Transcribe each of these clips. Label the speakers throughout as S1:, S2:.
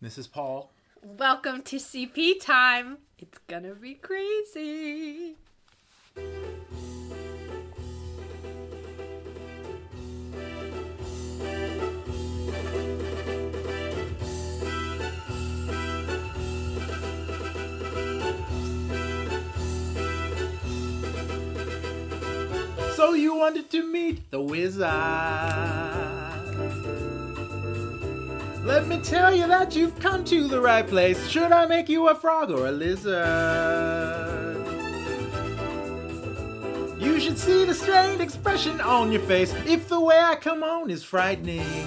S1: This is Paul.
S2: Welcome to CP time. It's gonna be crazy.
S1: So you wanted to meet the wizard. Let me tell you that you've come to the right place. Should I make you a frog or a lizard? You should see the strained expression on your face if the way I come on is frightening.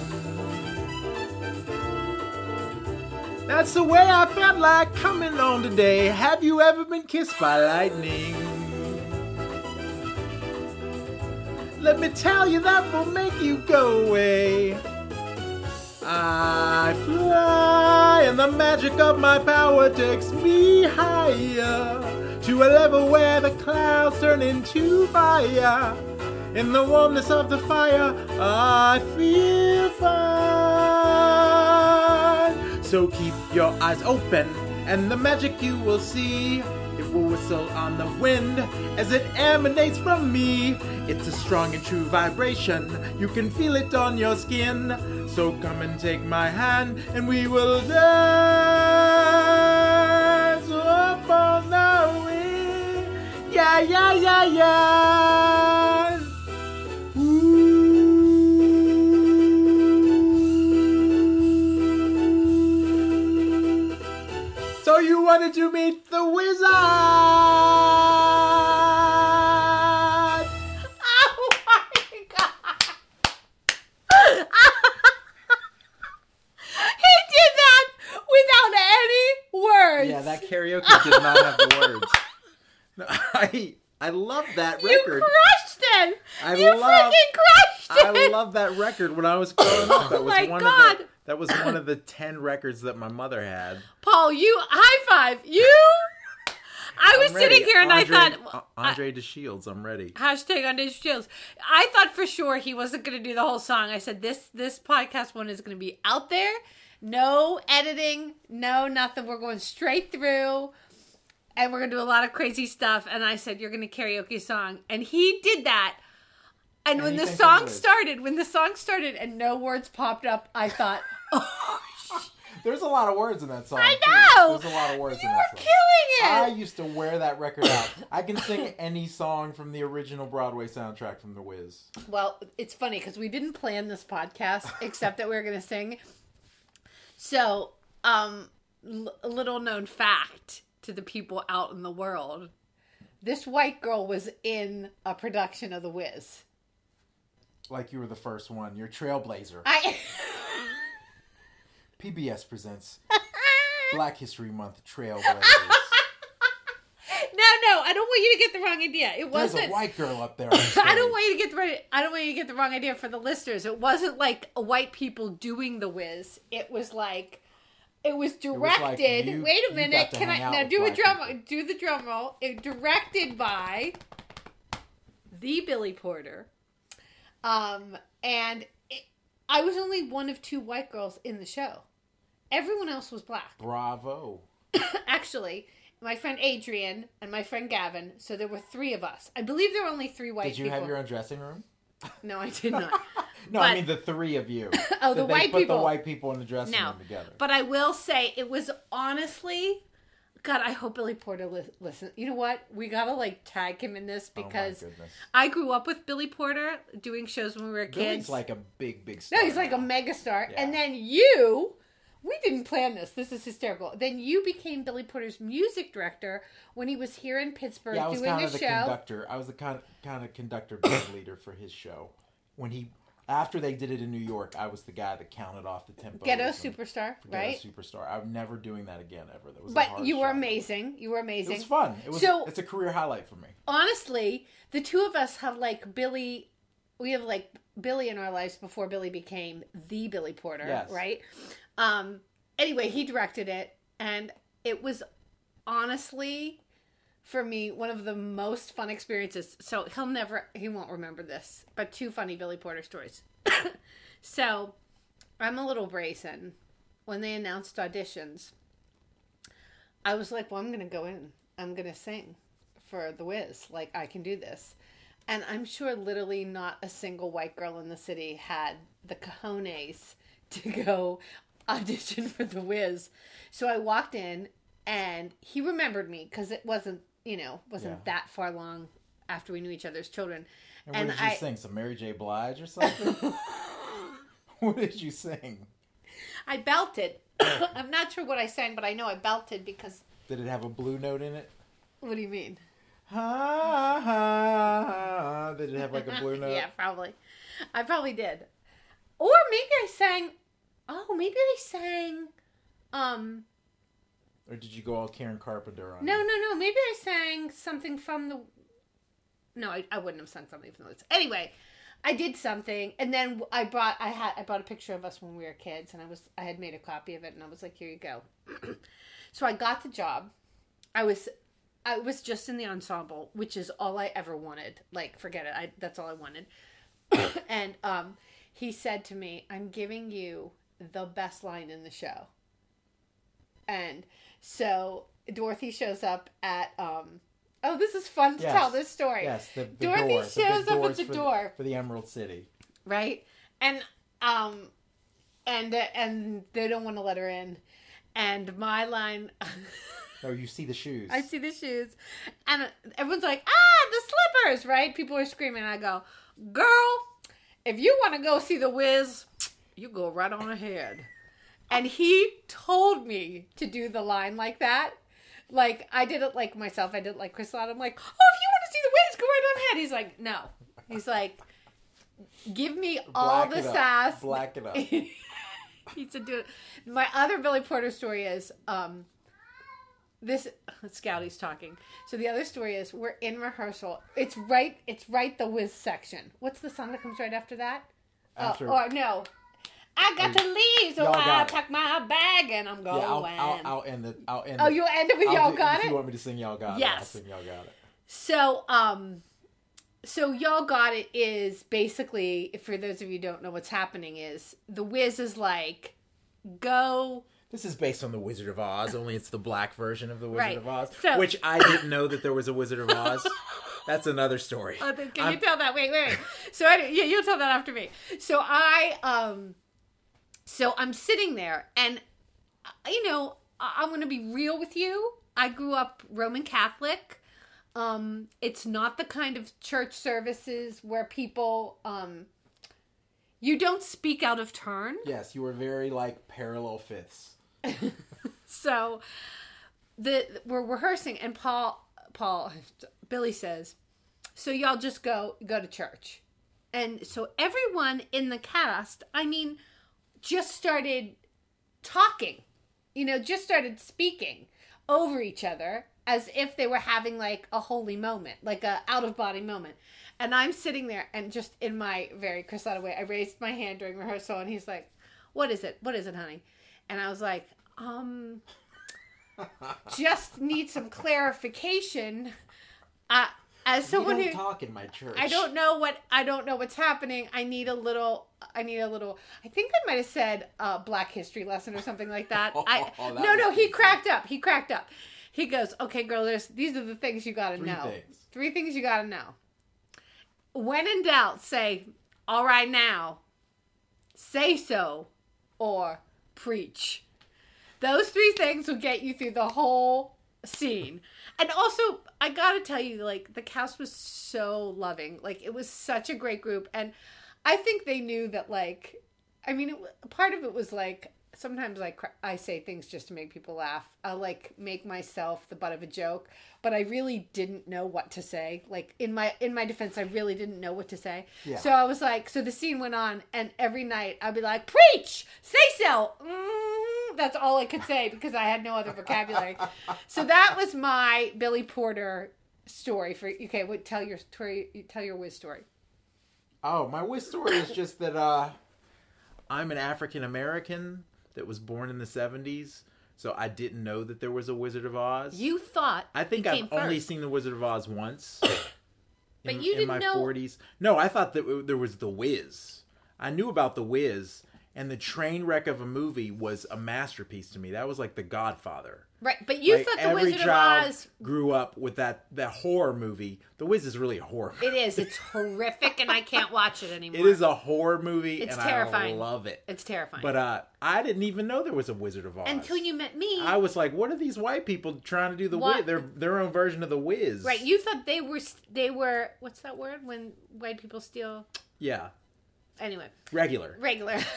S1: That's the way I felt like coming on today. Have you ever been kissed by lightning? Let me tell you, that will make you go away. I fly, and the magic of my power takes me higher to a level where the clouds turn into fire. In the warmness of the fire, I feel fine. So keep your eyes open, and the magic you will see. It will whistle on the wind as it emanates from me. It's a strong and true vibration. You can feel it on your skin. So come and take my hand, and we will dance up on the wind. Yeah, yeah, yeah, yeah. Ooh.
S2: Mm.
S1: So you wanted to meet the wizard.
S2: Oh my god! he did that without any words.
S1: Yeah, that karaoke did not have the words. No, I I love that
S2: you
S1: record.
S2: crushed it.
S1: I
S2: you
S1: love-
S2: freaking crushed
S1: I
S2: it.
S1: love that record. When I was growing up, that
S2: Oh
S1: was
S2: my
S1: one of the,
S2: God.
S1: that was one of the ten records that my mother had.
S2: Paul, you high five. You. I was
S1: I'm ready.
S2: sitting here and
S1: Andre,
S2: I thought.
S1: A- Andre De Shields. I'm ready.
S2: Hashtag on digital shields. I thought for sure he wasn't going to do the whole song. I said this this podcast one is going to be out there, no editing, no nothing. We're going straight through, and we're going to do a lot of crazy stuff. And I said you're going to karaoke a song, and he did that. And, when
S1: he
S2: the
S1: sang
S2: song
S1: words.
S2: started, when the song started, and no words popped up, I thought, oh,
S1: There's a lot of words in that song.
S2: I know. You were
S1: I
S2: killing it.
S1: used to wear that record out. I can sing any song from the original Broadway soundtrack from The Wiz.
S2: Well, it's funny because we didn't plan this podcast except that we were going to sing. So, um, l- little known fact to the people out in the world this white girl was in a production of The Wiz.
S1: Like you were the first one. You're a trailblazer.
S2: I.
S1: PBS presents Black History Month Trailblazers.
S2: no, no, I don't want you to get the wrong idea. It
S1: There's a
S2: wasn't.
S1: white girl up there.
S2: I don't want you to get the right. I don't want you to get the wrong idea for the listeners. It wasn't like white people doing the whiz. It was like it was
S1: was
S2: directed.
S1: like you-
S2: wait a
S1: you
S2: minute.
S1: got to
S2: Can I
S1: hang out
S2: now
S1: with
S2: do a
S1: black
S2: drum?
S1: people.
S2: Do the drum roll. It directed by the Billy Porter, um, and it, I was only one of two white girls in the show. Everyone else was black
S1: Bravo.
S2: actually my friend Adrian and my friend Gavin. So there were three of us. I believe there were only three white.
S1: Did you
S2: people.
S1: have your own dressing room?
S2: No, I did not.
S1: No, I
S2: But-
S1: mean the three of you.
S2: Oh,
S1: Did
S2: the
S1: they
S2: white
S1: put
S2: people.
S1: the white people in the dressing
S2: no,
S1: room together.
S2: but I will say it was honestly. God, I hope Billy Porter li- listen. You know what? We gotta like tag him in this because
S1: oh my goodness.
S2: I grew up with Billy Porter doing shows when we were kids.
S1: Billy's like a big, big star.
S2: No, he's like a
S1: now.
S2: megastar.
S1: Yeah.
S2: And then you, we didn't plan this. This is hysterical. Then you became Billy Porter's music director when he was here in Pittsburgh
S1: Yeah, I was
S2: doing
S1: kind
S2: a
S1: of the
S2: show.
S1: conductor. I was the kind kind of conductor band leader for his show. When he after they did it in New York, I was the guy that counted off the tempo.
S2: Ghetto superstar, right?
S1: superstar. I'm never doing that again ever. That was a
S2: But
S1: hard
S2: you were
S1: show.
S2: amazing. You were
S1: It
S2: amazing.
S1: was fun. It was.
S2: So-
S1: it's a career highlight for me.
S2: Honestly, the two of us have like Billy. We have like Billy in our lives before Billy became the Billy Porter,
S1: Yes.
S2: right? Um. Anyway, he directed it, and it was honestly for me one of the most fun experiences. So he'll never, he won't remember this, but two funny Billy Porter stories. so I'm a little brazen when they announced auditions, I was like, well, I'm going to go in. I'm going to sing for The Wiz. Like, I can do this. And I'm sure literally not a single white girl in the city had the cojones to go audition for The Wiz. So I walked in and he remembered me because it wasn't, you know, wasn't
S1: Yeah.
S2: that far long after we knew each other's children.
S1: And what did you
S2: I,
S1: sing? Some Mary J. Blige or something? what did you sing?
S2: I belted. I'm not sure what I sang, but I know I belted because.
S1: Did it have a blue note in it?
S2: What do you mean?
S1: Ha ha ha. Did it have like a blue note?
S2: yeah, probably. I probably did. Or maybe I sang. Oh, maybe I sang. Um.
S1: Or did you go all Karen Carpenter on
S2: No,
S1: it?
S2: no, no. Maybe I sang something from the. No, I, I wouldn't have sung something from the list. Anyway, I did something, and then I brought I had I brought a picture of us when we were kids, and I was I had made a copy of it, and I was like, here you go. so I got the job. I was. I was just in the ensemble, which is all I ever wanted. Like, forget it. I, that's all I wanted. and um, he said to me, "I'm giving you the best line in the show." And so Dorothy shows up at um oh this is fun to
S1: Yes.
S2: tell this story.
S1: Yes, the, the
S2: Dorothy
S1: door. the big
S2: shows up at
S1: doors
S2: the
S1: for
S2: door.
S1: for the Emerald City.
S2: Right? And um and uh, and they don't want to let her in. And my line
S1: Oh, you see the shoes.
S2: I see the shoes. And everyone's like, "Ah, the slippers," right? People are screaming. I go, "Girl, if you want to go see the Wiz, you go right on ahead." And he told me to do the line like that. Like I did it like myself. I did it like Chris Lott. I'm like, "Oh, if you want to see the Wiz, go right on ahead." He's like, "No." He's like, "Give me all
S1: Black
S2: the
S1: it up.
S2: sass."
S1: Black it up.
S2: he said, "Do it." My other Billy Porter story is um, this. Scouty's talking. So the other story is we're in rehearsal. It's right. It's right the whiz section. What's the song that comes right after that?
S1: After- Um,
S2: oh, or no. I got to leave, so
S1: Y'all
S2: I
S1: got it.
S2: pack my bag and I'm
S1: yeah,
S2: going.
S1: I'll, I'll, I'll end it. I'll end
S2: oh,
S1: it.
S2: you'll end it with
S1: I'll
S2: y'all
S1: do-
S2: got
S1: if
S2: it.
S1: you want me to sing Y'all Got It, I'll
S2: Yes.
S1: sing Y'all Got It.
S2: So, um, so y'all got it is basically for those of you who don't know what's happening is the whiz is like go
S1: This is based on The Wizard of Oz, only it's the black version of The Wizard
S2: Right.
S1: of Oz,
S2: So-
S1: which I didn't know that there was a Wizard of Oz. That's another story.
S2: Oh, then- can
S1: I'm-
S2: you tell that? Wait, wait, wait. So anyway, yeah, you'll tell that after me. So I, um, so I'm sitting there, and uh, you know, I- I'm going to be real with you. I grew up Roman Catholic. Um, it's not the kind of church services where people, um, you don't speak out of turn.
S1: Yes, you were very like parallel fifths.
S2: So the we're rehearsing and Paul Paul Billy says, "So y'all just go go to church." And so everyone in the cast, I mean, just started talking. You know, just started speaking over each other as if they were having like a holy moment, like a out of body moment. And I'm sitting there and just in my very Chris Latta way, I raised my hand during rehearsal and he's like, "What is it? What is it, honey?" And I was like, "Um, just need some clarification." Uh, as someone
S1: we
S2: who
S1: don't talk in my church.
S2: I don't know what I don't know what's happening. I need a little. I need a little. I think I might have said uh, Black History lesson or something like that. I
S1: Oh, that
S2: no
S1: was
S2: no. He
S1: decent.
S2: cracked up. He cracked up. He goes, okay, girl. There's these are the things you got to
S1: Three
S2: know.
S1: things.
S2: Three things you got to know. When in doubt, say, all right now, say so, or preach. Those three things will get you through the whole scene. And also, I gotta tell you, like, the cast was so loving. Like, it was such a great group. And I think they knew that, like, I mean, it, w- part of it was like, sometimes I, cr- I say things just to make people laugh. I like make myself the butt of a joke, but I really didn't know what to say. Like in my in my defense, I really didn't know what to say.
S1: Yeah.
S2: So I was like, so the scene went on, and every night I'd be like, preach, say so. Mm, that's all I could say because I had no other vocabulary. so that was my Billy Porter story for okay. What tell your story? Tell your whiz story.
S1: Oh, my wish story is just that uh, I'm an African American that was born in the 70s, so I didn't know that there was a Wizard of Oz.
S2: You thought
S1: I think
S2: it
S1: I've
S2: came
S1: only
S2: first.
S1: seen the Wizard of Oz once.
S2: But
S1: in,
S2: you
S1: in
S2: didn't
S1: my
S2: know-
S1: 40s. No, I thought that there was the Wiz. I knew about the Wiz, and the train wreck of a movie was a masterpiece to me. That was like The Godfather.
S2: Right, but you
S1: Like,
S2: thought the
S1: every
S2: Wizard of
S1: child
S2: Oz.
S1: grew up with that that horror movie. The Wiz is really a horror.
S2: It is. It's horrific, and I can't watch it anymore.
S1: It is a horror movie,
S2: It's
S1: and
S2: terrifying.
S1: I love it.
S2: It's terrifying.
S1: But uh, I didn't even know there was a Wizard of Oz
S2: until you met me,
S1: I was like, what are these white people trying to do the
S2: What?
S1: Wiz? Their their own version of the Wiz,
S2: right? You thought they were s- they were what's that word when white people steal?
S1: yeah,
S2: Anyway,
S1: regular.
S2: regular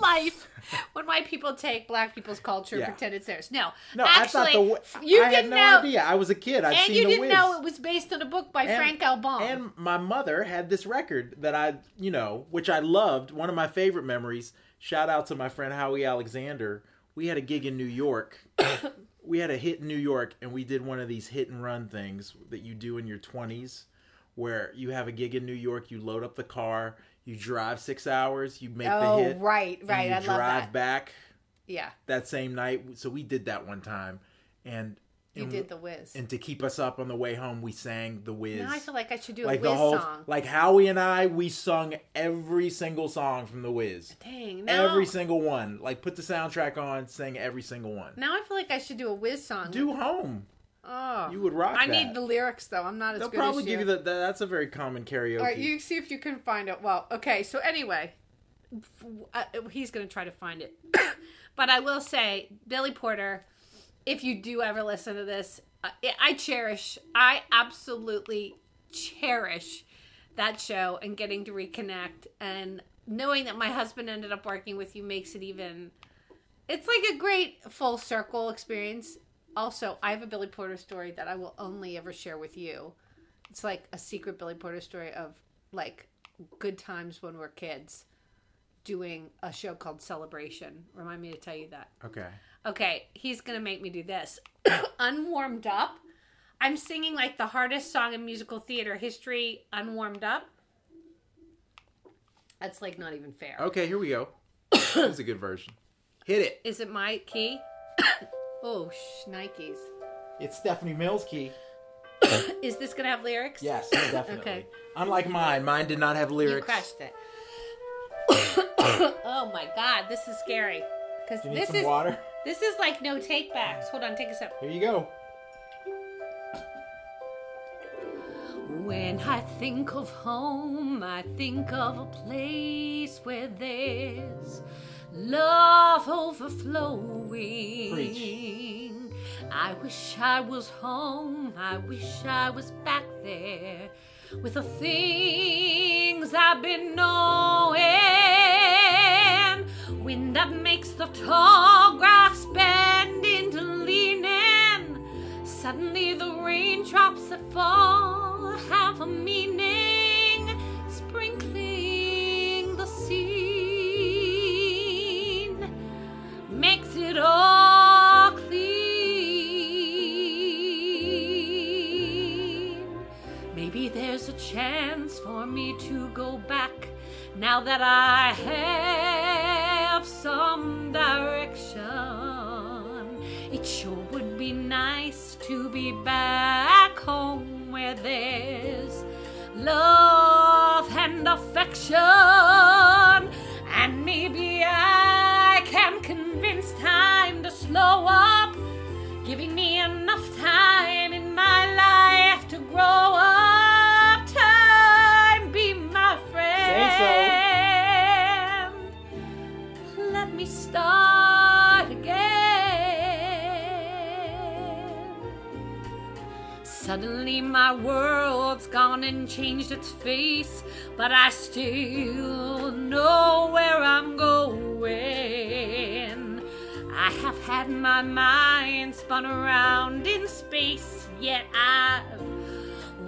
S2: life when white people take black people's culture and
S1: Yeah.
S2: pretend it's theirs. No,
S1: No,
S2: actually,
S1: I thought the Wi-
S2: you
S1: I had
S2: didn't
S1: no
S2: know,
S1: idea. I was a kid. I'd
S2: and
S1: seen
S2: you
S1: the
S2: didn't
S1: Wiz.
S2: know it was based on a book by Frank L. Baum.
S1: And my mother had this record that I, you know, which I loved. One of my favorite memories. Shout out to my friend Howie Alexander. We had a gig in New York. we had a hit in New York, and we did one of these hit and run things that you do in your 20s, where you have a gig in New York, you load up the car, you drive six hours, you make
S2: oh,
S1: the hit.
S2: right,
S1: and
S2: right.
S1: you
S2: I love
S1: drive
S2: that.
S1: back
S2: Yeah,
S1: that same night. So we did that one time. And,
S2: you
S1: and,
S2: did the whiz.
S1: and to keep us up on the way home, we sang The Wiz
S2: now I feel like I should do a
S1: like
S2: whiz
S1: the whole
S2: song.
S1: like Howie and I we sung every single song from the Wiz.
S2: Dang, now
S1: Every single one. Like put the soundtrack on, sing every single one.
S2: now I feel like I should do a whiz song.
S1: Do home.
S2: oh,
S1: You would rock
S2: I
S1: that.
S2: need the lyrics though. I'm not as
S1: They'll
S2: good
S1: probably
S2: as
S1: give you the, the- that's a very common karaoke.
S2: All right, you see if you can find it. Well, okay. So anyway, f- uh, he's going to try to find it. but I will say, Billy Porter, if you do ever listen to this, uh, I- I cherish. I absolutely cherish that show and getting to reconnect and knowing that my husband ended up working with you makes it even. It's like a great full circle experience. Also, I have a Billy Porter story that I will only ever share with you it's like a secret Billy Porter story of like good times when we're kids doing a show called Celebration. Remind me to tell you that.
S1: okay.
S2: Okay, he's gonna make me do this. Unwarmed up. I'm singing like the hardest song in musical theater history, Unwarmed Up. That's like not even fair.
S1: Okay, here we go. this is a good version. Hit it.
S2: Is it my key? oh, shnikes.
S1: It's Stephanie Mills key.
S2: Is this gonna have lyrics?
S1: Yes, definitely.
S2: Okay.
S1: Unlike mine, mine did not have
S2: You
S1: lyrics.
S2: crushed it. oh my god, this is scary. Because
S1: You need
S2: this
S1: some
S2: is
S1: water?
S2: this is like no take backs. Hold on, take a sip.
S1: Here you go.
S2: When I think of home, I think of a place where there's love overflowing.
S1: Preach.
S2: I wish I was home, I wish I was back there with the things I've been knowing. Wind that makes the tall grass bend into leaning. Suddenly the raindrops that fall have a meaning, sprinkling the scene makes it all clean. Maybe there's a chance for me to go back now that I have some direction. It sure would be nice to be back home where there's love and affection. And maybe I can convince time to slow up, giving me enough time in my life to grow up. Time, be my friend. Let me start again. Suddenly my world's gone and changed its face, but I still know where I'm going. I have had my mind spun around in space, yet I've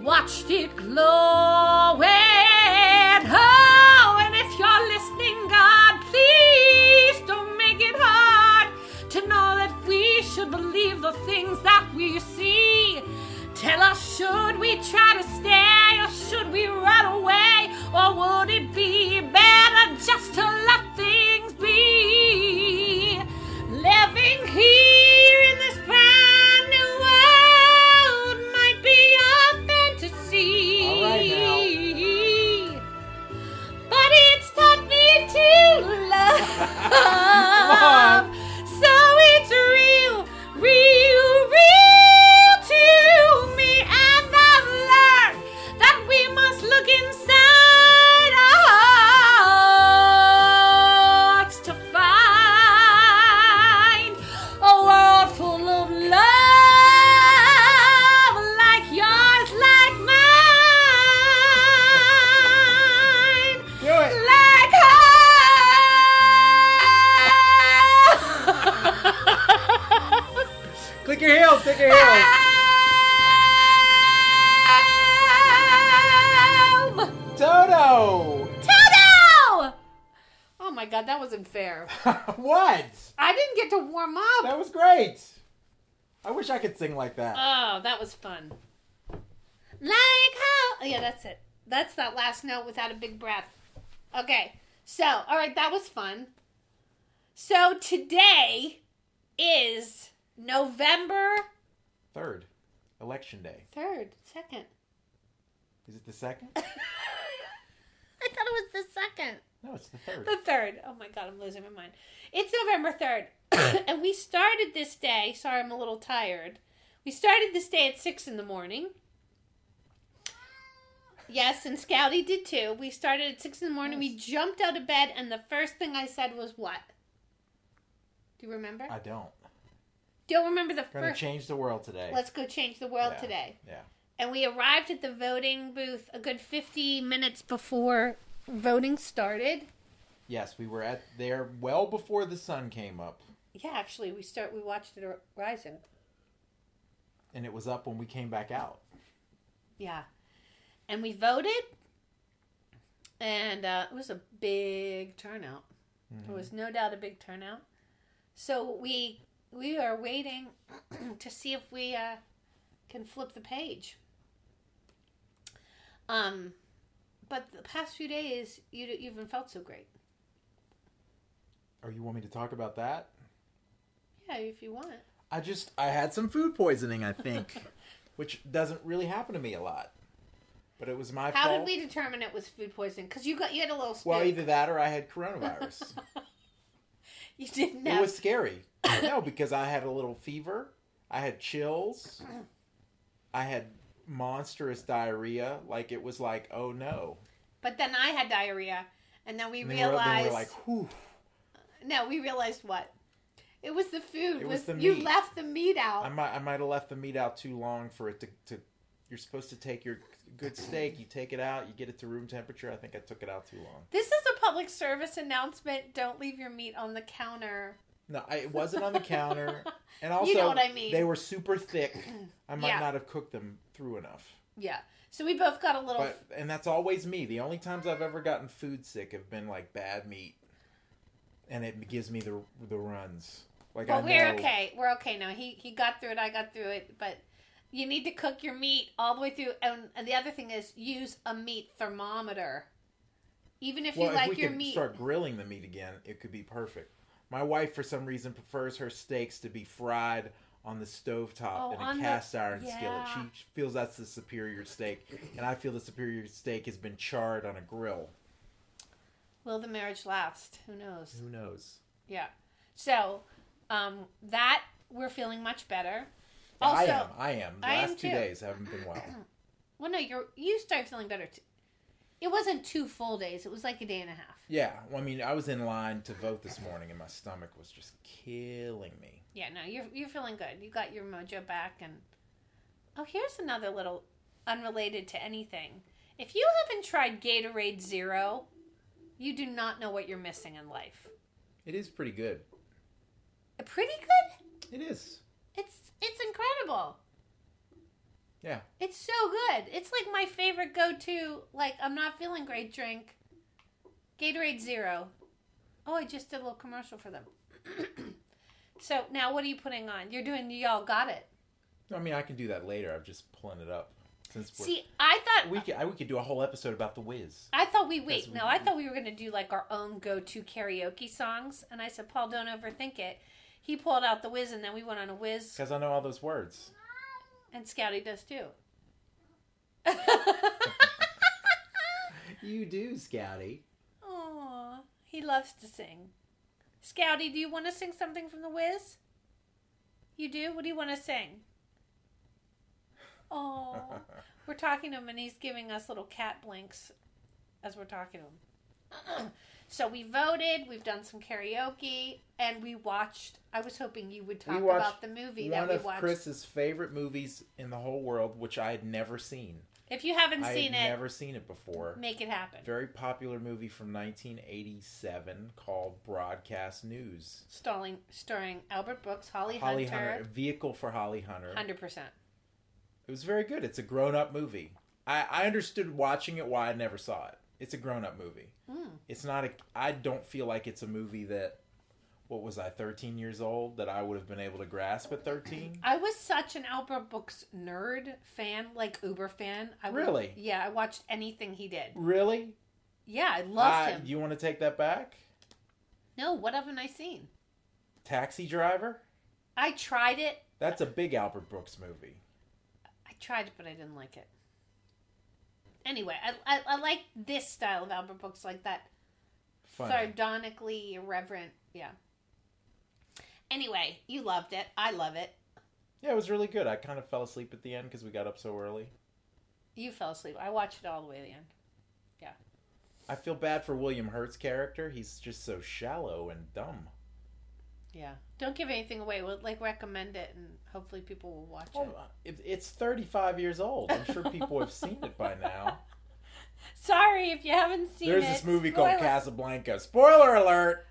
S2: watched it glow. And oh, and if you're listening, God, please don't make it hard to know that we should believe the things that we see. Tell us, should we try to stay, or should we run away, or would it be better just to let things be? Living here in this brand new world might be a fantasy.
S1: All right, now.
S2: But it's taught me to
S1: Stick your heels, stick your heels.
S2: Help!
S1: Toto!
S2: Toto! Oh my god, that was unfair.
S1: what?
S2: I didn't get to warm up.
S1: That was great. I wish I could sing like that.
S2: Oh, that was fun. Like how? Oh, yeah, that's it. That's that last note without a big breath. Okay, so, all right, that was fun. So today is November
S1: Third, election day.
S2: 3rd, 2nd.
S1: Is it the second?
S2: I thought it was the 2nd.
S1: No, it's the third.
S2: The third. Oh my god, I'm losing my mind. It's November third, and we started this day. Sorry, I'm a little tired. We started this day at six in the morning. Yes, and Scouty did too. We started at six in the morning. We jumped out of bed, and the first thing I said was what? Do you remember?
S1: I don't.
S2: Don't remember the
S1: Gonna
S2: first.
S1: change the world today.
S2: Let's go change the world
S1: Yeah.
S2: today.
S1: Yeah.
S2: And we arrived at the voting booth a good 50 minutes before voting started.
S1: Yes, we were at there well before the sun came up,
S2: Yeah, actually, we start. We watched it ar- rising.
S1: and it was up when we came back out.
S2: Yeah. And we voted. And uh, it was a big turnout.
S1: Mm-hmm.
S2: It was no doubt a big turnout. So we we are waiting to see if we uh, can flip the page. Um, but the past few days, you d- you haven't felt so great.
S1: Or you want me to talk about that?
S2: Yeah, if you want.
S1: I just I had some food poisoning, I think, which doesn't really happen to me a lot. But it was my
S2: How did
S1: fault.
S2: we determine it was food poisoning? Because you got you had a little spoon.
S1: Well, either that or I had coronavirus.
S2: you didn't
S1: It
S2: have
S1: was scary. no, because I had a little fever. I had chills. I had monstrous diarrhea. Like it was like, oh no.
S2: But then I had diarrhea, and then we
S1: And then we're, then
S2: realized.
S1: we're like, whew.
S2: no, we realized what? It was the food.
S1: It
S2: was
S1: was the
S2: you
S1: meat.
S2: left the meat out?
S1: I might I might have left the meat out too long for it to, to you're supposed to take your good steak, you take it out, you get it to room temperature. I think I took it out too long.
S2: this is a public service announcement. Don't leave your meat on the counter.
S1: No, I, it wasn't on the counter. And also
S2: what I mean.
S1: they were super thick. I might
S2: Yeah.
S1: not have cooked them through enough.
S2: Yeah. So we both got a little.
S1: But and that's always me. The only times I've ever gotten food sick have been like bad meat, and it gives me the the runs. Like I
S2: but we're
S1: know-
S2: okay. We're okay now. He he got through it. I got through it. But you need to cook your meat all the way through. And, and the other thing is use a meat thermometer. Even if
S1: Well,
S2: you
S1: if
S2: like
S1: we
S2: your
S1: could
S2: meat,
S1: start grilling the meat again, it could be perfect. My wife, for some reason, prefers her steaks to be fried on the stovetop
S2: Oh,
S1: in
S2: on
S1: a
S2: the-
S1: cast iron
S2: yeah.
S1: skillet. She feels that's the superior steak, and I feel the superior steak has been charred on a grill.
S2: will the marriage last? Who knows?
S1: Who knows?
S2: Yeah. So, um, that we're feeling much better.
S1: I
S2: Also,
S1: am. I am. The
S2: I am
S1: last two
S2: too.
S1: days haven't been well.
S2: well, no, you you started feeling better. Too. It wasn't two full days. It was like a day and a half.
S1: Yeah, well, I mean, I was in line to vote this morning, and my stomach was just killing me.
S2: Yeah. No, you're you're feeling good. You got your mojo back, and oh, here's another little unrelated to anything. If you haven't tried Gatorade Zero, you do not know what you're missing in life.
S1: It is pretty good.
S2: Pretty good.
S1: It is.
S2: It's it's incredible.
S1: Yeah.
S2: It's so good. It's like my favorite go to, like, I'm not feeling great drink. Gatorade Zero. Oh, I just did a little commercial for them. so now what are you putting on? You're doing Y'all Got It.
S1: I mean, I can do that later. I'm just pulling it up since we're,
S2: See, I thought.
S1: we could, I, we could do a whole episode about the Whiz.
S2: I thought we wait.
S1: Because we-
S2: no, I thought we were gonna do like our own go-to karaoke songs, and I said, Paul, don't overthink it. He pulled out the whiz, and then we went on a whiz,
S1: because I know all those words.
S2: and Scouty does too.
S1: You do, Scouty.
S2: Aw, he loves to sing. Scouty, do you want to sing something from The Wiz? You do? What do you want to sing? Oh, we're talking to him and he's giving us little cat blinks as we're talking to him. so we voted, we've done some karaoke, and we watched. I was hoping you would
S1: We
S2: talk
S1: watched
S2: about the movie
S1: One
S2: that we
S1: of
S2: watched.
S1: Chris's favorite movies in the whole world, which I had never seen.
S2: If you haven't
S1: I had
S2: seen it,
S1: never seen it before.
S2: make it happen.
S1: Very popular movie from 1987 called Broadcast News.
S2: Stalling, starring Albert Brooks, Holly,
S1: Holly Hunter,
S2: Hunter,
S1: a vehicle for Holly Hunter.
S2: hundred percent.
S1: It was very good. It's a grown up movie. I, I understood watching it why I never saw it. It's a grown up movie.
S2: Hmm.
S1: It's not a. I don't feel like it's a movie that. What was I, 13 years old, that I would have been able to grasp at 13?
S2: I was such an Albert Brooks nerd fan, like Uber fan. I would-
S1: Really?
S2: yeah, I watched anything he did.
S1: Really?
S2: Yeah, I loved
S1: Uh,
S2: him.
S1: You want to take that back?
S2: No, what haven't I seen?
S1: Taxi Driver?
S2: I tried it.
S1: That's a big Albert Brooks movie.
S2: I tried it, but I didn't like it. Anyway, I, I, I like this style of Albert Brooks, like that
S1: Funny.
S2: sardonically irreverent. Yeah. Anyway, you loved it. I love it.
S1: Yeah, it was really good. I kind of fell asleep at the end because we got up so early.
S2: You fell asleep. I watched it all the way to the end.
S1: I feel bad for William Hurt's character. He's just so shallow and dumb.
S2: Yeah. Don't give anything away. We'll like recommend it, and hopefully people will watch it.
S1: Well, it- it's 35 years old. I'm sure people have seen it by now.
S2: Sorry if you haven't seen
S1: There's
S2: it.
S1: this movie called
S2: Spoiler-
S1: Casablanca. Spoiler alert!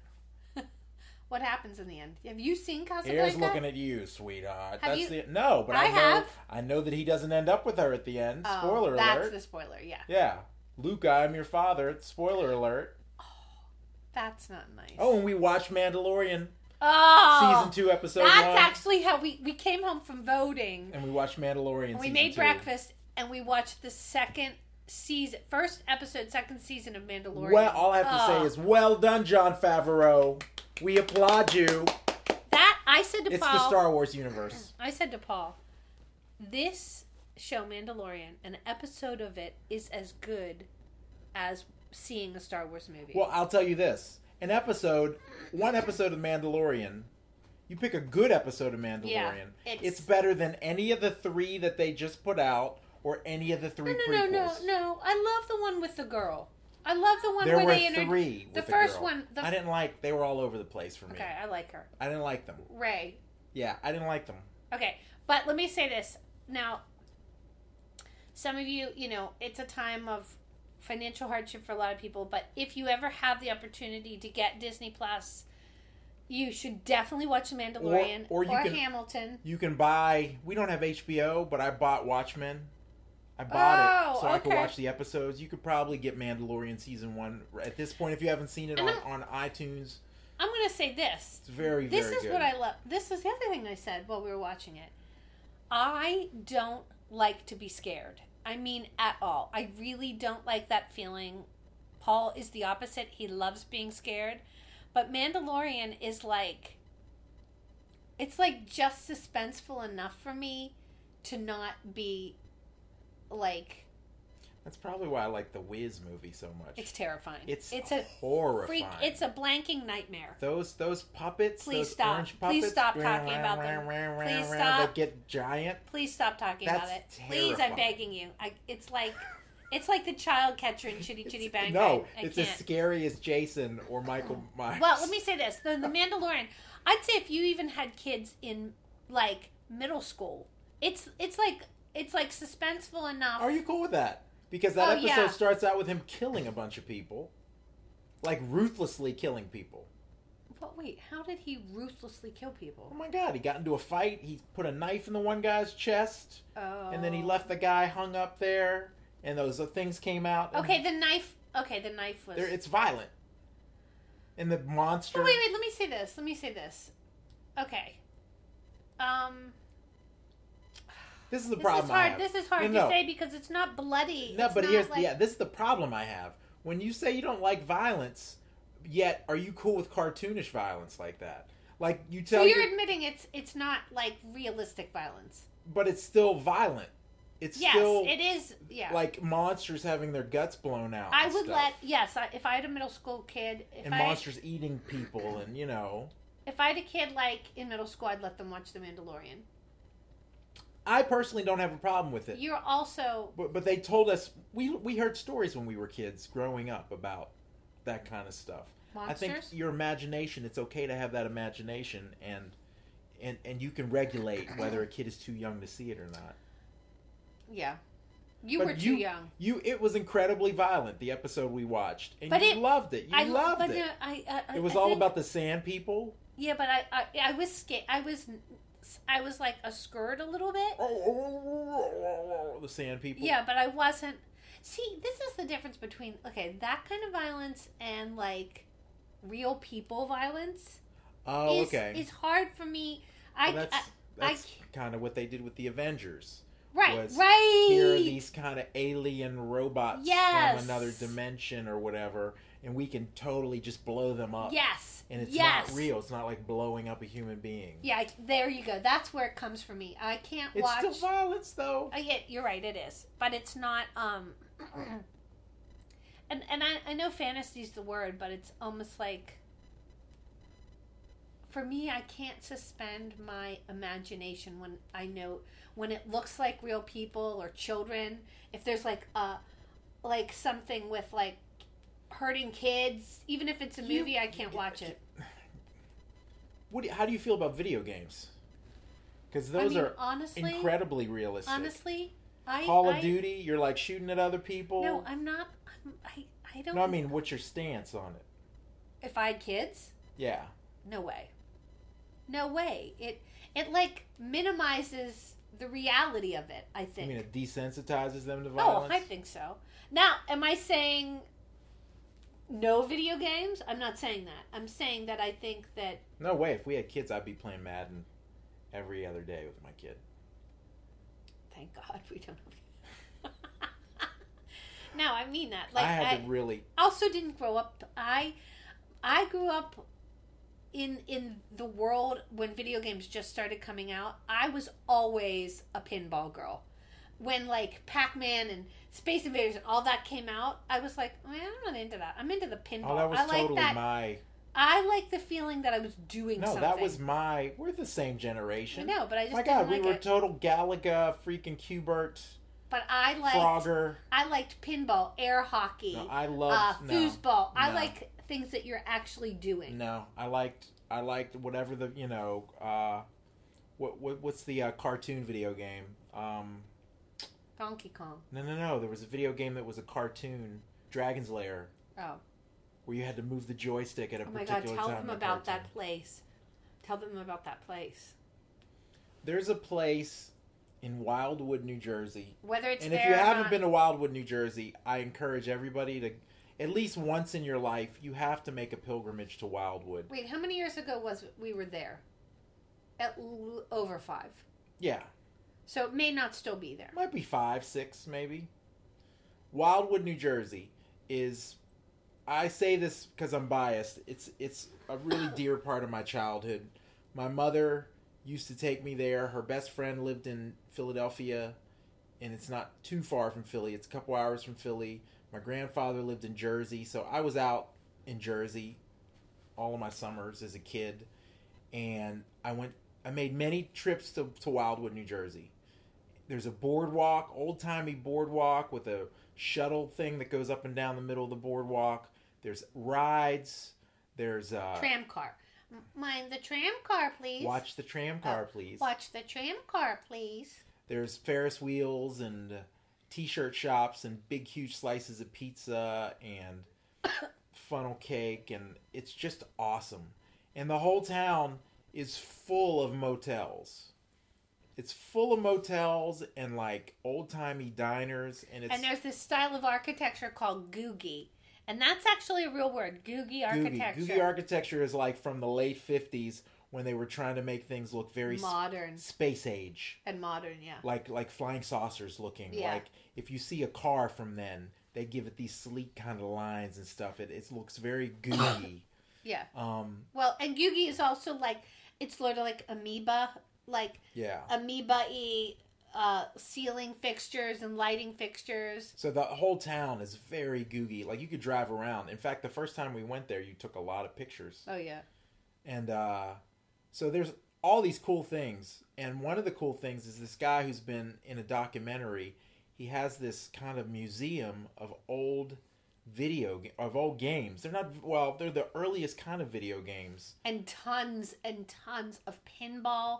S2: What happens in the end? Have you seen Casablanca?
S1: Here's looking at you, sweetheart.
S2: Have
S1: that's
S2: you-
S1: the no, but I,
S2: I
S1: know
S2: have.
S1: I know that he doesn't end up with her at the end.
S2: Oh,
S1: Spoiler
S2: that's
S1: alert!
S2: the spoiler. Yeah,
S1: Yeah, Luke, I'm your father. Spoiler alert!
S2: that's not nice.
S1: Oh, and we watched Mandalorian
S2: Oh,
S1: season two, episode
S2: that's
S1: one,
S2: actually how we we came home from voting.
S1: and we watched Mandalorian.
S2: And we
S1: season
S2: made
S1: two.
S2: breakfast and we watched the second season, first episode, second season of Mandalorian.
S1: Well, all I have to
S2: Oh,
S1: say is, well done, John Favreau. We applaud you.
S2: that I said to
S1: It's
S2: Paul.
S1: the Star Wars universe.
S2: I said to Paul, this show Mandalorian, an episode of it is as good as seeing a Star Wars movie.
S1: Well, I'll tell you this: an episode, one episode of Mandalorian. You pick a good episode of Mandalorian.
S2: Yeah,
S1: it's...
S2: it's-
S1: better than any of the three that they just put out, or any of the
S2: no,
S1: three
S2: no, no,
S1: prequels.
S2: no, no. I love the one with the girl. I love the one
S1: There
S2: where
S1: were
S2: they inter-
S1: three.
S2: the
S1: with
S2: first
S1: girl.
S2: one. The
S1: I didn't like. They were all over the place for me.
S2: Okay, I like her.
S1: I didn't like them.
S2: Ray.
S1: Yeah, I didn't like them.
S2: Okay, but let me say this now. Some of you, you know, it's a time of financial hardship for a lot of people, but if you ever have the opportunity to get Disney Plus, you should definitely watch The Mandalorian
S1: or
S2: or,
S1: you can-
S2: Hamilton.
S1: You can buy. We don't have HBO, but I bought Watchmen. I bought it
S2: Oh,
S1: so I could
S2: okay.
S1: watch the episodes. You could probably get Mandalorian season one at this point if you haven't seen it
S2: And
S1: on, on iTunes.
S2: I'm going to say this.
S1: It's very
S2: This
S1: very
S2: is
S1: good.
S2: what I love. This is the other thing I said while we were watching it. I don't like to be scared. I mean, at all. I really don't like that feeling. Paul is the opposite. He loves being scared. But Mandalorian is like, it's like just suspenseful enough for me to not be like,
S1: That's probably why I like the Wiz movie so much.
S2: it's terrifying.
S1: It's
S2: it's a
S1: horrifying.
S2: freak, it's a blanking nightmare.
S1: those those puppets.
S2: Please
S1: those
S2: stop.
S1: Orange puppets,
S2: Please stop talking about them. Please
S1: They
S2: stop.
S1: get giant.
S2: Please stop talking about it.
S1: That's
S2: Please, I'm
S1: terrifying.
S2: begging you. I, it's like, it's like the child catcher in Chitty Chitty
S1: It's-
S2: Bang
S1: no,
S2: Bang. I
S1: it's as
S2: can't. Oh.
S1: scary as Jason or Michael Myers.
S2: Well, let me say this: the, the Mandalorian. I'd say if you even had kids in like middle school, it's it's like it's like suspenseful enough.
S1: Are you cool with that? Because that
S2: Oh,
S1: episode
S2: yeah.
S1: starts out with him killing a bunch of people, like ruthlessly killing people.
S2: But wait, how did he ruthlessly kill
S1: Oh
S2: people?
S1: my god, he got into a fight. He put a knife in the one guy's chest,
S2: Oh.
S1: and then he left the guy hung up there, and those things came out. and
S2: Okay, the knife. Okay, the knife was.
S1: There, it's violent. And the monster.
S2: Oh, wait, wait. Let me say this. Let me say this. Okay. Um.
S1: This is the
S2: This
S1: problem.
S2: is
S1: I
S2: hard.
S1: have.
S2: This is hard
S1: No,
S2: to say because it's not bloody.
S1: No,
S2: It's
S1: but
S2: not
S1: here's
S2: like-
S1: yeah. This is the problem I have. When you say you don't like violence, yet are you cool with cartoonish violence like that? Like you
S2: So
S1: tell
S2: you're
S1: your-
S2: admitting it's it's not like realistic violence.
S1: but it's still violent. It's
S2: Yes,
S1: still
S2: it is. Yeah,
S1: like monsters having their guts blown out.
S2: I
S1: and
S2: would
S1: stuff.
S2: let yes. I, if I had a middle school kid, if
S1: and
S2: I
S1: monsters eating people and you know.
S2: if I had a kid like in middle school, I'd let them watch The Mandalorian.
S1: I personally don't have a problem with it.
S2: You're also
S1: But, but they told us we we heard stories when we were kids growing up about that kind of stuff. I think
S2: Monsters?
S1: your imagination. It's okay to have that imagination, and and and you can regulate whether a kid is too young to see it or not.
S2: yeah. You
S1: But
S2: were too young.
S1: You it was incredibly violent the episode we watched, and
S2: But
S1: you
S2: it-
S1: loved it. You
S2: I
S1: loved
S2: but
S1: it.
S2: no, I, I, I-
S1: it was
S2: I
S1: all
S2: think-
S1: about the sand people.
S2: Yeah, but I, I, I was scared. I was, I was like a skirt a little bit.
S1: The sand people.
S2: Yeah, but I wasn't. See, this is the difference between okay that kind of violence and like real people violence.
S1: Oh,
S2: is,
S1: okay.
S2: Is hard for me. I,
S1: Well, that's
S2: I- I
S1: that's kind of what they did with the Avengers.
S2: right,
S1: was
S2: right.
S1: Here are these kind of alien robots
S2: Yes.
S1: from another dimension or whatever, and we can totally just blow them up.
S2: yes,
S1: And it's
S2: yes.
S1: not real. It's not like blowing up a human being.
S2: Yeah, I- there you go. That's where it comes from me. I can't
S1: It's
S2: watch.
S1: still violence, though.
S2: Oh, yeah, you're right. It is, but it's not. Um, and and I, I know fantasy's the word, but it's almost like. For me, I can't suspend my imagination when I know when it looks like real people or children. If there's like a, like something with like hurting kids, even if it's a
S1: You-
S2: movie, I can't watch it.
S1: What? Do, how do you feel about video games? Because those
S2: I mean,
S1: are
S2: honestly,
S1: incredibly realistic.
S2: honestly, I
S1: Call
S2: I-
S1: of Duty, you're like shooting at other people.
S2: No, I'm not. I'm, I I don't.
S1: No, I mean, what's your stance on it?
S2: if I had kids,
S1: Yeah.
S2: no way, no way. It it like minimizes the reality of it. I
S1: I
S2: think.
S1: mean, it desensitizes them to
S2: oh,
S1: violence.
S2: I think so. Now, am I saying no video games? I'm not saying that. I'm saying that I think that
S1: No way. If we had kids, I'd be playing Madden every other day with my kid.
S2: thank God we don't. have No, I mean that. Like
S1: I had to really.
S2: also didn't grow up i i grew up in in the world when video games just started coming out i was always a pinball girl when like pac-man and space invaders and all that came out i was like man i'm not into that i'm into the pinball
S1: Oh, that was
S2: i like
S1: totally
S2: that
S1: my.
S2: i like the feeling that i was doing
S1: No,
S2: something
S1: that was my. We're the same
S2: i
S1: generation.
S2: know but i just
S1: my God,
S2: didn't
S1: we
S2: like
S1: were
S2: it
S1: total Galaga, freaking Cubert,
S2: but i liked
S1: Frogger.
S2: i liked pinball air hockey
S1: No, I
S2: uh,
S1: loved. no,
S2: foosball i
S1: no.
S2: like things that you're actually doing
S1: No, I liked. I liked whatever the you know. Uh, what, what what's the uh, cartoon video game? Um,
S2: donkey kong
S1: no, no, no. There was a video game that was a cartoon, Dragon's Lair,
S2: oh
S1: where you had to move the joystick at a
S2: Oh my god,
S1: particular time.
S2: tell
S1: in
S2: them
S1: the
S2: about
S1: cartoon.
S2: that place. Tell them about that place.
S1: There's a place in Wildwood, New Jersey.
S2: Whether it's
S1: and
S2: there
S1: if you
S2: or
S1: haven't
S2: not,
S1: been to Wildwood, New Jersey, I encourage everybody to at least once in your life you have to make a pilgrimage to Wildwood.
S2: Wait, how many years ago was we were there? At l- over 5.
S1: Yeah,
S2: So it may not still be there.
S1: might be 5, 6 maybe. Wildwood, New Jersey is I say this cuz I'm biased. It's it's a really dear part of my childhood. My mother used to take me there. Her best friend lived in Philadelphia, and it's not too far from Philly. It's a couple hours from Philly. My grandfather lived in Jersey, so I was out in Jersey all of my summers as a kid, and I went. I made many trips to, to Wildwood, New Jersey. There's a boardwalk, old timey boardwalk with a shuttle thing that goes up and down the middle of the boardwalk. There's rides. There's uh,
S2: tram car. M- Mind the tram car, please.
S1: watch the tram car, please.
S2: Watch the tram car, please.
S1: there's Ferris wheels and uh, t-shirt shops and big huge slices of pizza and funnel cake and it's just awesome. And the whole town is full of motels. It's full of motels and like old-timey diners and it's
S2: And there's this style of architecture called googie. And that's actually a real word, googie
S1: Googie.
S2: architecture.
S1: Googie architecture is like from the late 50s when they were trying to make things look very s-
S2: modern
S1: space age.
S2: and modern, yeah.
S1: like like flying saucers looking.
S2: Yeah.
S1: Like if you see a car from then, they give it these sleek kind of lines and stuff. It it looks very gooey.
S2: Yeah.
S1: um,
S2: Well, and Googie is also like it's sort of like amoeba, like
S1: yeah.
S2: amoeba y uh, ceiling fixtures and lighting fixtures.
S1: So the whole town is very gooey. Like you could drive around. In fact, the first time we went there, you took a lot of pictures.
S2: Oh yeah.
S1: And uh, so there's all these cool things. And one of the cool things is this guy who's been in a documentary. He has this kind of museum of old video ga- of old games. They're not well, they're the earliest kind of video games.
S2: And tons and tons of pinball,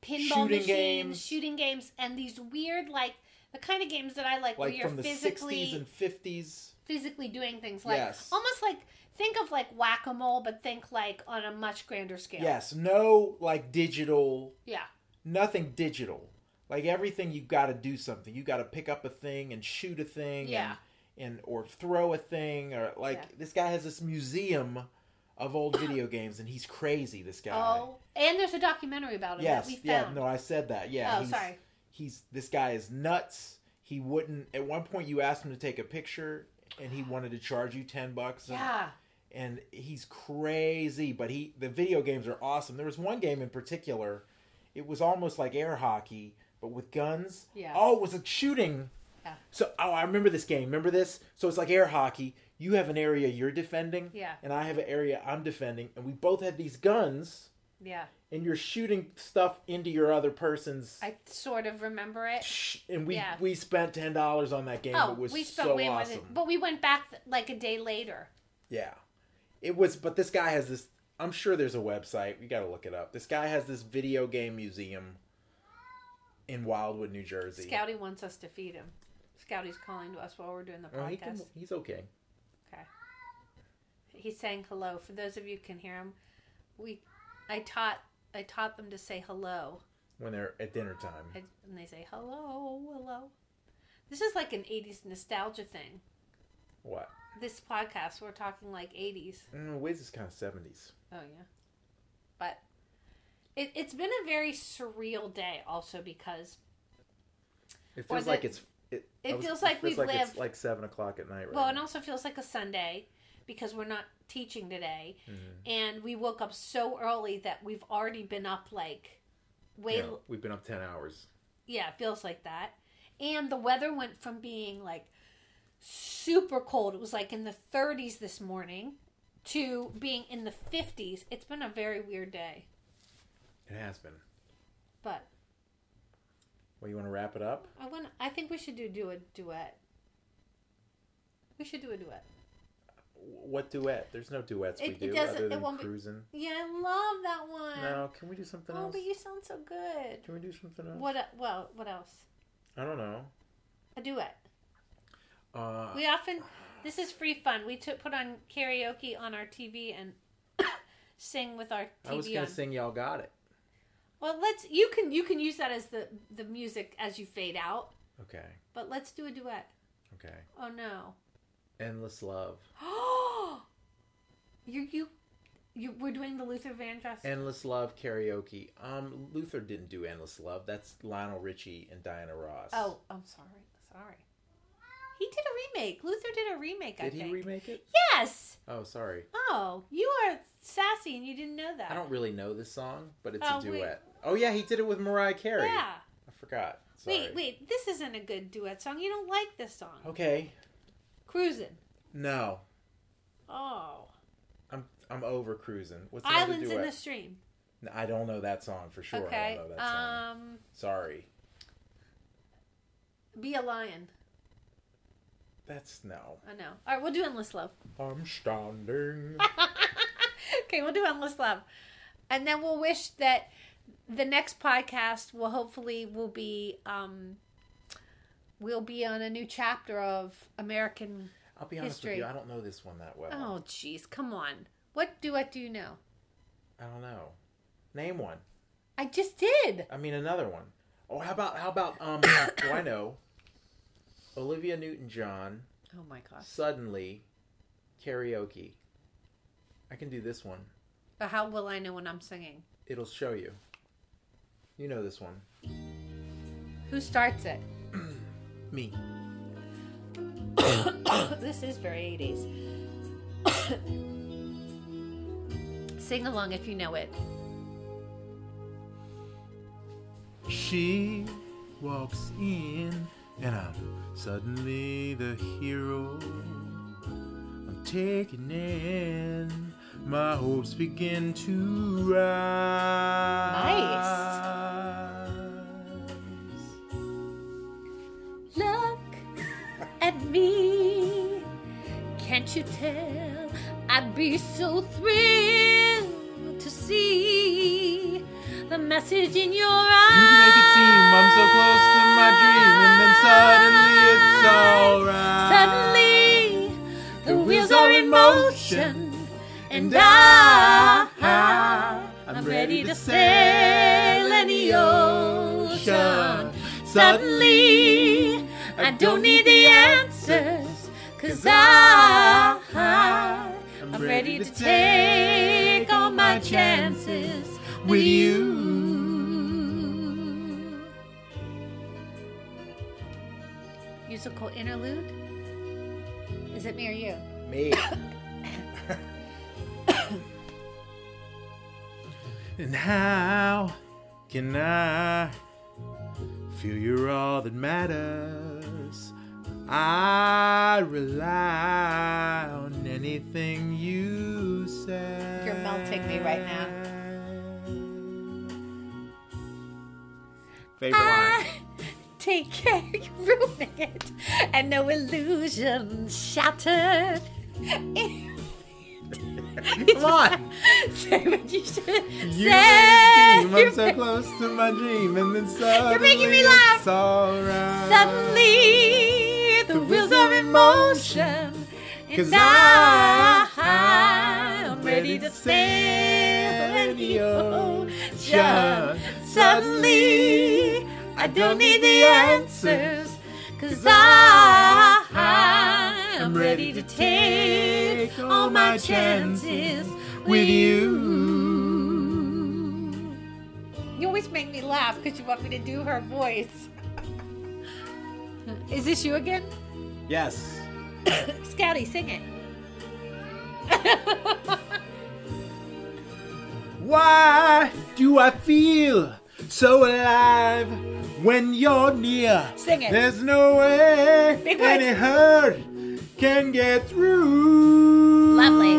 S2: pinball
S1: Shooting
S2: machines,
S1: games.
S2: shooting games, and these weird like the kind of games that I like, where
S1: like
S2: you're
S1: from the
S2: physically
S1: 60s and 50s.
S2: physically doing things like
S1: Yes.
S2: almost like think of like whack a mole, but think like on a much grander scale.
S1: Yes, no like digital,
S2: Yeah.
S1: nothing digital. Like everything, you got to do something. You got to pick up a thing and shoot a thing,
S2: Yeah.
S1: and, and or throw a thing, or like
S2: Yeah.
S1: this guy has this museum of old video games, and he's crazy. This guy.
S2: Oh, and there's a documentary about it that
S1: Yes.
S2: we
S1: Yeah.
S2: found.
S1: No, I said that. Yeah.
S2: Oh, sorry.
S1: He's this guy is nuts. He wouldn't. At one point, you asked him to take a picture, and he wanted to charge you ten bucks. and-
S2: yeah.
S1: and he's crazy. But he the video games are awesome. There was one game in particular. It was almost like air hockey, but with guns.
S2: Yeah.
S1: Oh, it was a shooting.
S2: Yeah.
S1: So oh, I remember this game. Remember this? So it's like air hockey. You have an area you're defending.
S2: Yeah.
S1: And I have an area I'm defending, and we both had these guns
S2: Yeah.
S1: and you're shooting stuff into your other person's.
S2: I sort of remember it.
S1: and we
S2: yeah.
S1: we spent ten dollars on that game.
S2: Oh,
S1: it was
S2: we spent
S1: so
S2: way
S1: awesome.
S2: more than, but we went back th- like a day later.
S1: yeah, it was. But this guy has this. I'm sure there's a website. We got to look it up. This guy has this video game museum in Wildwood, New Jersey.
S2: Scouty wants us to feed him. Scouty's calling to us while we're doing the
S1: Oh,
S2: podcast.
S1: he can- he's okay.
S2: Okay. He's saying hello. For those of you who can hear him, we, I taught, I taught them to say hello,
S1: When they're at dinner time,
S2: and and they say hello, hello. This is like an '80s nostalgia thing.
S1: what?
S2: This podcast, we're talking like '80s.
S1: Mm, Wiz is kind of seventies.
S2: Oh yeah, but it, it's been a very surreal day, also because
S1: It
S2: Was
S1: feels like
S2: it-
S1: it's. It,
S2: it
S1: I was-
S2: feels like
S1: feels
S2: we've
S1: like
S2: lived-
S1: It's like seven o'clock at night. Right
S2: Well,
S1: now.
S2: it also feels like a Sunday because we're not teaching today.
S1: Mm-hmm.
S2: And we woke up so early that we've already been up like way,
S1: Yeah,
S2: yeah,
S1: we've been up ten hours.
S2: it feels like that. And the weather went from being like super cold, it was like in the 30s this morning, to being in the 50s. It's been a very weird day,
S1: It has been.
S2: but
S1: Well, you want to wrap it up?
S2: I want I think we should do, do a duet. We should do a duet.
S1: What duet? There's no duets
S2: It- it
S1: we do
S2: doesn't-
S1: other
S2: it
S1: than
S2: won't be-
S1: cruising.
S2: Yeah, I love that one.
S1: No, can we do something
S2: oh,
S1: else?
S2: but you sound so good.
S1: Can we do something else?
S2: What? e- Well, what else?
S1: I don't know.
S2: A duet.
S1: Uh,
S2: We often. This is free fun. We took put on karaoke on our TV and sing with our TV
S1: I was gonna
S2: on.
S1: sing "Y'all Got It."
S2: Well, let's. You can you can use that as the the music as you fade out.
S1: Okay,
S2: But let's do a duet.
S1: okay.
S2: Oh no.
S1: Endless love,
S2: you you you. We're doing the Luther Vandross.
S1: endless love karaoke. Um, Luther didn't do endless love. That's Lionel Richie and Diana Ross.
S2: oh, I'm sorry. Sorry. He did a remake. Luther did a remake. I
S1: did
S2: think.
S1: he remake it?
S2: yes.
S1: Oh, sorry.
S2: Oh, you are sassy and you didn't know that.
S1: I don't really know this song, but it's
S2: Oh,
S1: a
S2: wait.
S1: duet. Oh yeah, he did it with Mariah Carey.
S2: Yeah.
S1: I forgot. Sorry.
S2: Wait, wait, this isn't a good duet song. You don't like this song.
S1: Okay.
S2: Cruisin'.
S1: No,
S2: Oh.
S1: I'm I'm over cruising. What's another
S2: Islands in
S1: duet?
S2: the Stream.
S1: No, I don't know that song for sure. I
S2: okay.
S1: don't know that song.
S2: Um
S1: Sorry.
S2: Be a Lion.
S1: That's no.
S2: I know. All right, we'll do Endless Love.
S1: I'm standing.
S2: okay, we'll do Endless Love. And then we'll wish that the next podcast will hopefully will be um we'll be on a new chapter of American
S1: I'll be honest
S2: History.
S1: with you. I don't know this one that well.
S2: Oh jeez, come on. What duet do you know?
S1: I don't know. Name one.
S2: I just did.
S1: I mean another one. Oh, how about how about um? do I know? Olivia Newton-John
S2: Oh my gosh.
S1: suddenly karaoke. I can do this one.
S2: But how will I know when I'm singing?
S1: It'll show you. You know this one.
S2: Who starts it?
S1: Me.
S2: this is very 80s. Sing along if you know it.
S3: She walks in, and I'm suddenly the hero. I'm taken in, my hopes begin to rise. Nice.
S2: Look at me. Can't you tell? I'd be so thrilled to see the message in your eyes.
S3: You can make it seem I'm so close to my
S1: my dream, and then suddenly it's alright.
S2: Suddenly, the wheels are in motion, and I, I'm ready to sail any ocean. Suddenly, I don't need the answers, cause I, I'm ready to take all my chances with you. Musical interlude? Is it me or you?
S1: Me. and how can I feel you're all that matters? I rely on anything you say.
S2: You're melting me right now.
S1: Favorite line.
S2: Ah, Take care, you're ruining it. And no illusion shattered.
S1: Come on.
S2: say what you should say.
S1: You made me dream. I'm so close to my dream, and then suddenly
S2: making me
S1: it's
S2: laugh.
S1: alright.
S2: Suddenly, the wheels are in motion.
S1: 'Cause
S2: And I, I'm ready to sail
S1: sail
S2: any
S1: the
S2: ocean.
S1: ocean.
S2: Suddenly, I don't need the answers. Cause I, I'm ready to take all my chances with you. You always make me laugh because you want me to do her voice. Is this you again?
S1: Yes.
S2: Scouty, sing it.
S1: Why do I feel so alive when you're near?
S2: Sing it.
S1: There's no way
S2: Big words.
S1: any hurt can get through.
S2: Lovely.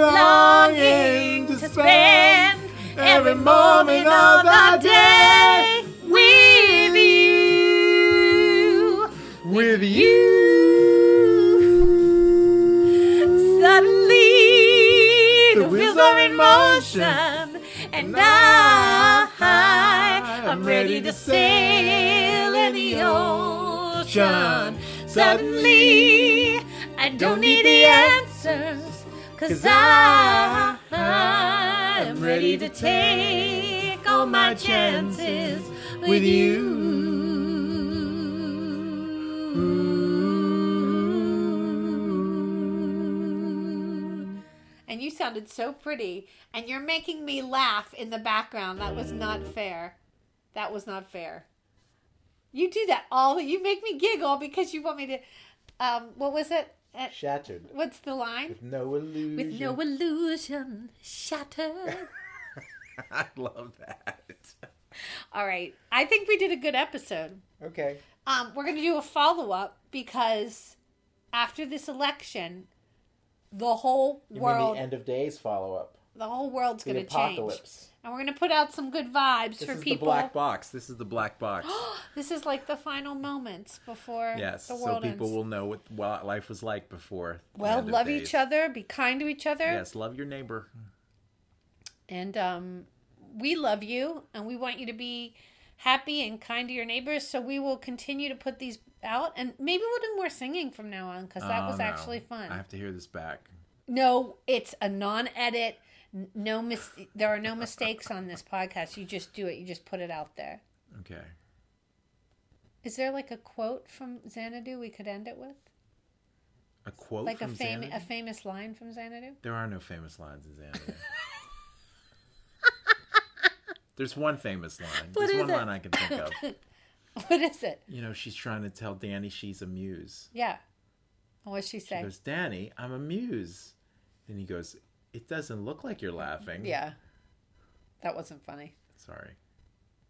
S1: Longing to spend every moment of
S2: our
S1: the day
S2: with you.
S1: with you.
S2: Suddenly, the
S1: The
S2: wheels
S1: wheels
S2: are
S1: are
S2: in
S1: in motion.
S2: motion, and
S1: And
S2: I,
S1: I
S2: I'm
S1: am
S2: ready
S1: ready
S2: to
S1: to
S2: sail
S1: sail
S2: in
S1: in
S2: the
S1: the
S2: ocean.
S1: ocean.
S2: Suddenly, I don't need the answers, cause I, I'm ready to take all my chances with you. And you sounded so pretty, and you're making me laugh in the background. That was not fair. That was not fair. You do that all. You make me giggle because you want me to. Um, what was it? Uh,
S1: Shattered.
S2: What's the line?
S1: No illusion.
S2: With no illusion shattered.
S1: I love that.
S2: all right, I think we did a good episode.
S1: Okay.
S2: Um, we're going to do a follow up because after this election, the whole
S1: You
S2: world,
S1: mean the end of days follow up?
S2: the whole world's
S1: The
S2: going to change.
S1: apocalypse.
S2: And we're going to put out some good vibes
S1: This
S2: for
S1: is
S2: people.
S1: the black box. This is the black box.
S2: This is like the final moments before
S1: yes.
S2: the
S1: So
S2: world
S1: people
S2: ends.
S1: will know what what life was like before. the
S2: well,
S1: end of
S2: love
S1: days.
S2: each other, be kind to each other,
S1: Yes. Love your neighbor.
S2: and um, we love you, and we want you to be happy and kind to your neighbors. So we will continue to put these out, and maybe we'll do more singing from now on because that
S1: Oh,
S2: was
S1: no.
S2: actually fun.
S1: I have to hear this back.
S2: No, it's a non-edit. n- No mis- There are no mistakes on this podcast. You just do it. You just put it out there.
S1: Okay.
S2: Is there like a quote from Xanadu we could end it with?
S1: A quote
S2: Like a
S1: from
S2: fam-
S1: Xanadu?
S2: a famous line from Xanadu?
S1: There are no famous lines in Xanadu. There's one famous line.
S2: What
S1: There's
S2: is
S1: one
S2: it?
S1: line I can think of.
S2: What is it?
S1: You know, she's trying to tell Danny she's a muse.
S2: Yeah. What does she say?
S1: He goes, Danny, I'm a muse. Then he goes, It doesn't look like you're laughing.
S2: yeah. That wasn't funny.
S1: Sorry.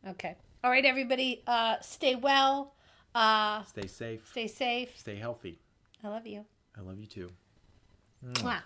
S2: Okay. All right, everybody. Uh, stay well. Uh,
S1: Stay safe.
S2: stay safe.
S1: Stay healthy.
S2: I love you.
S1: I love you too.
S2: Mwah.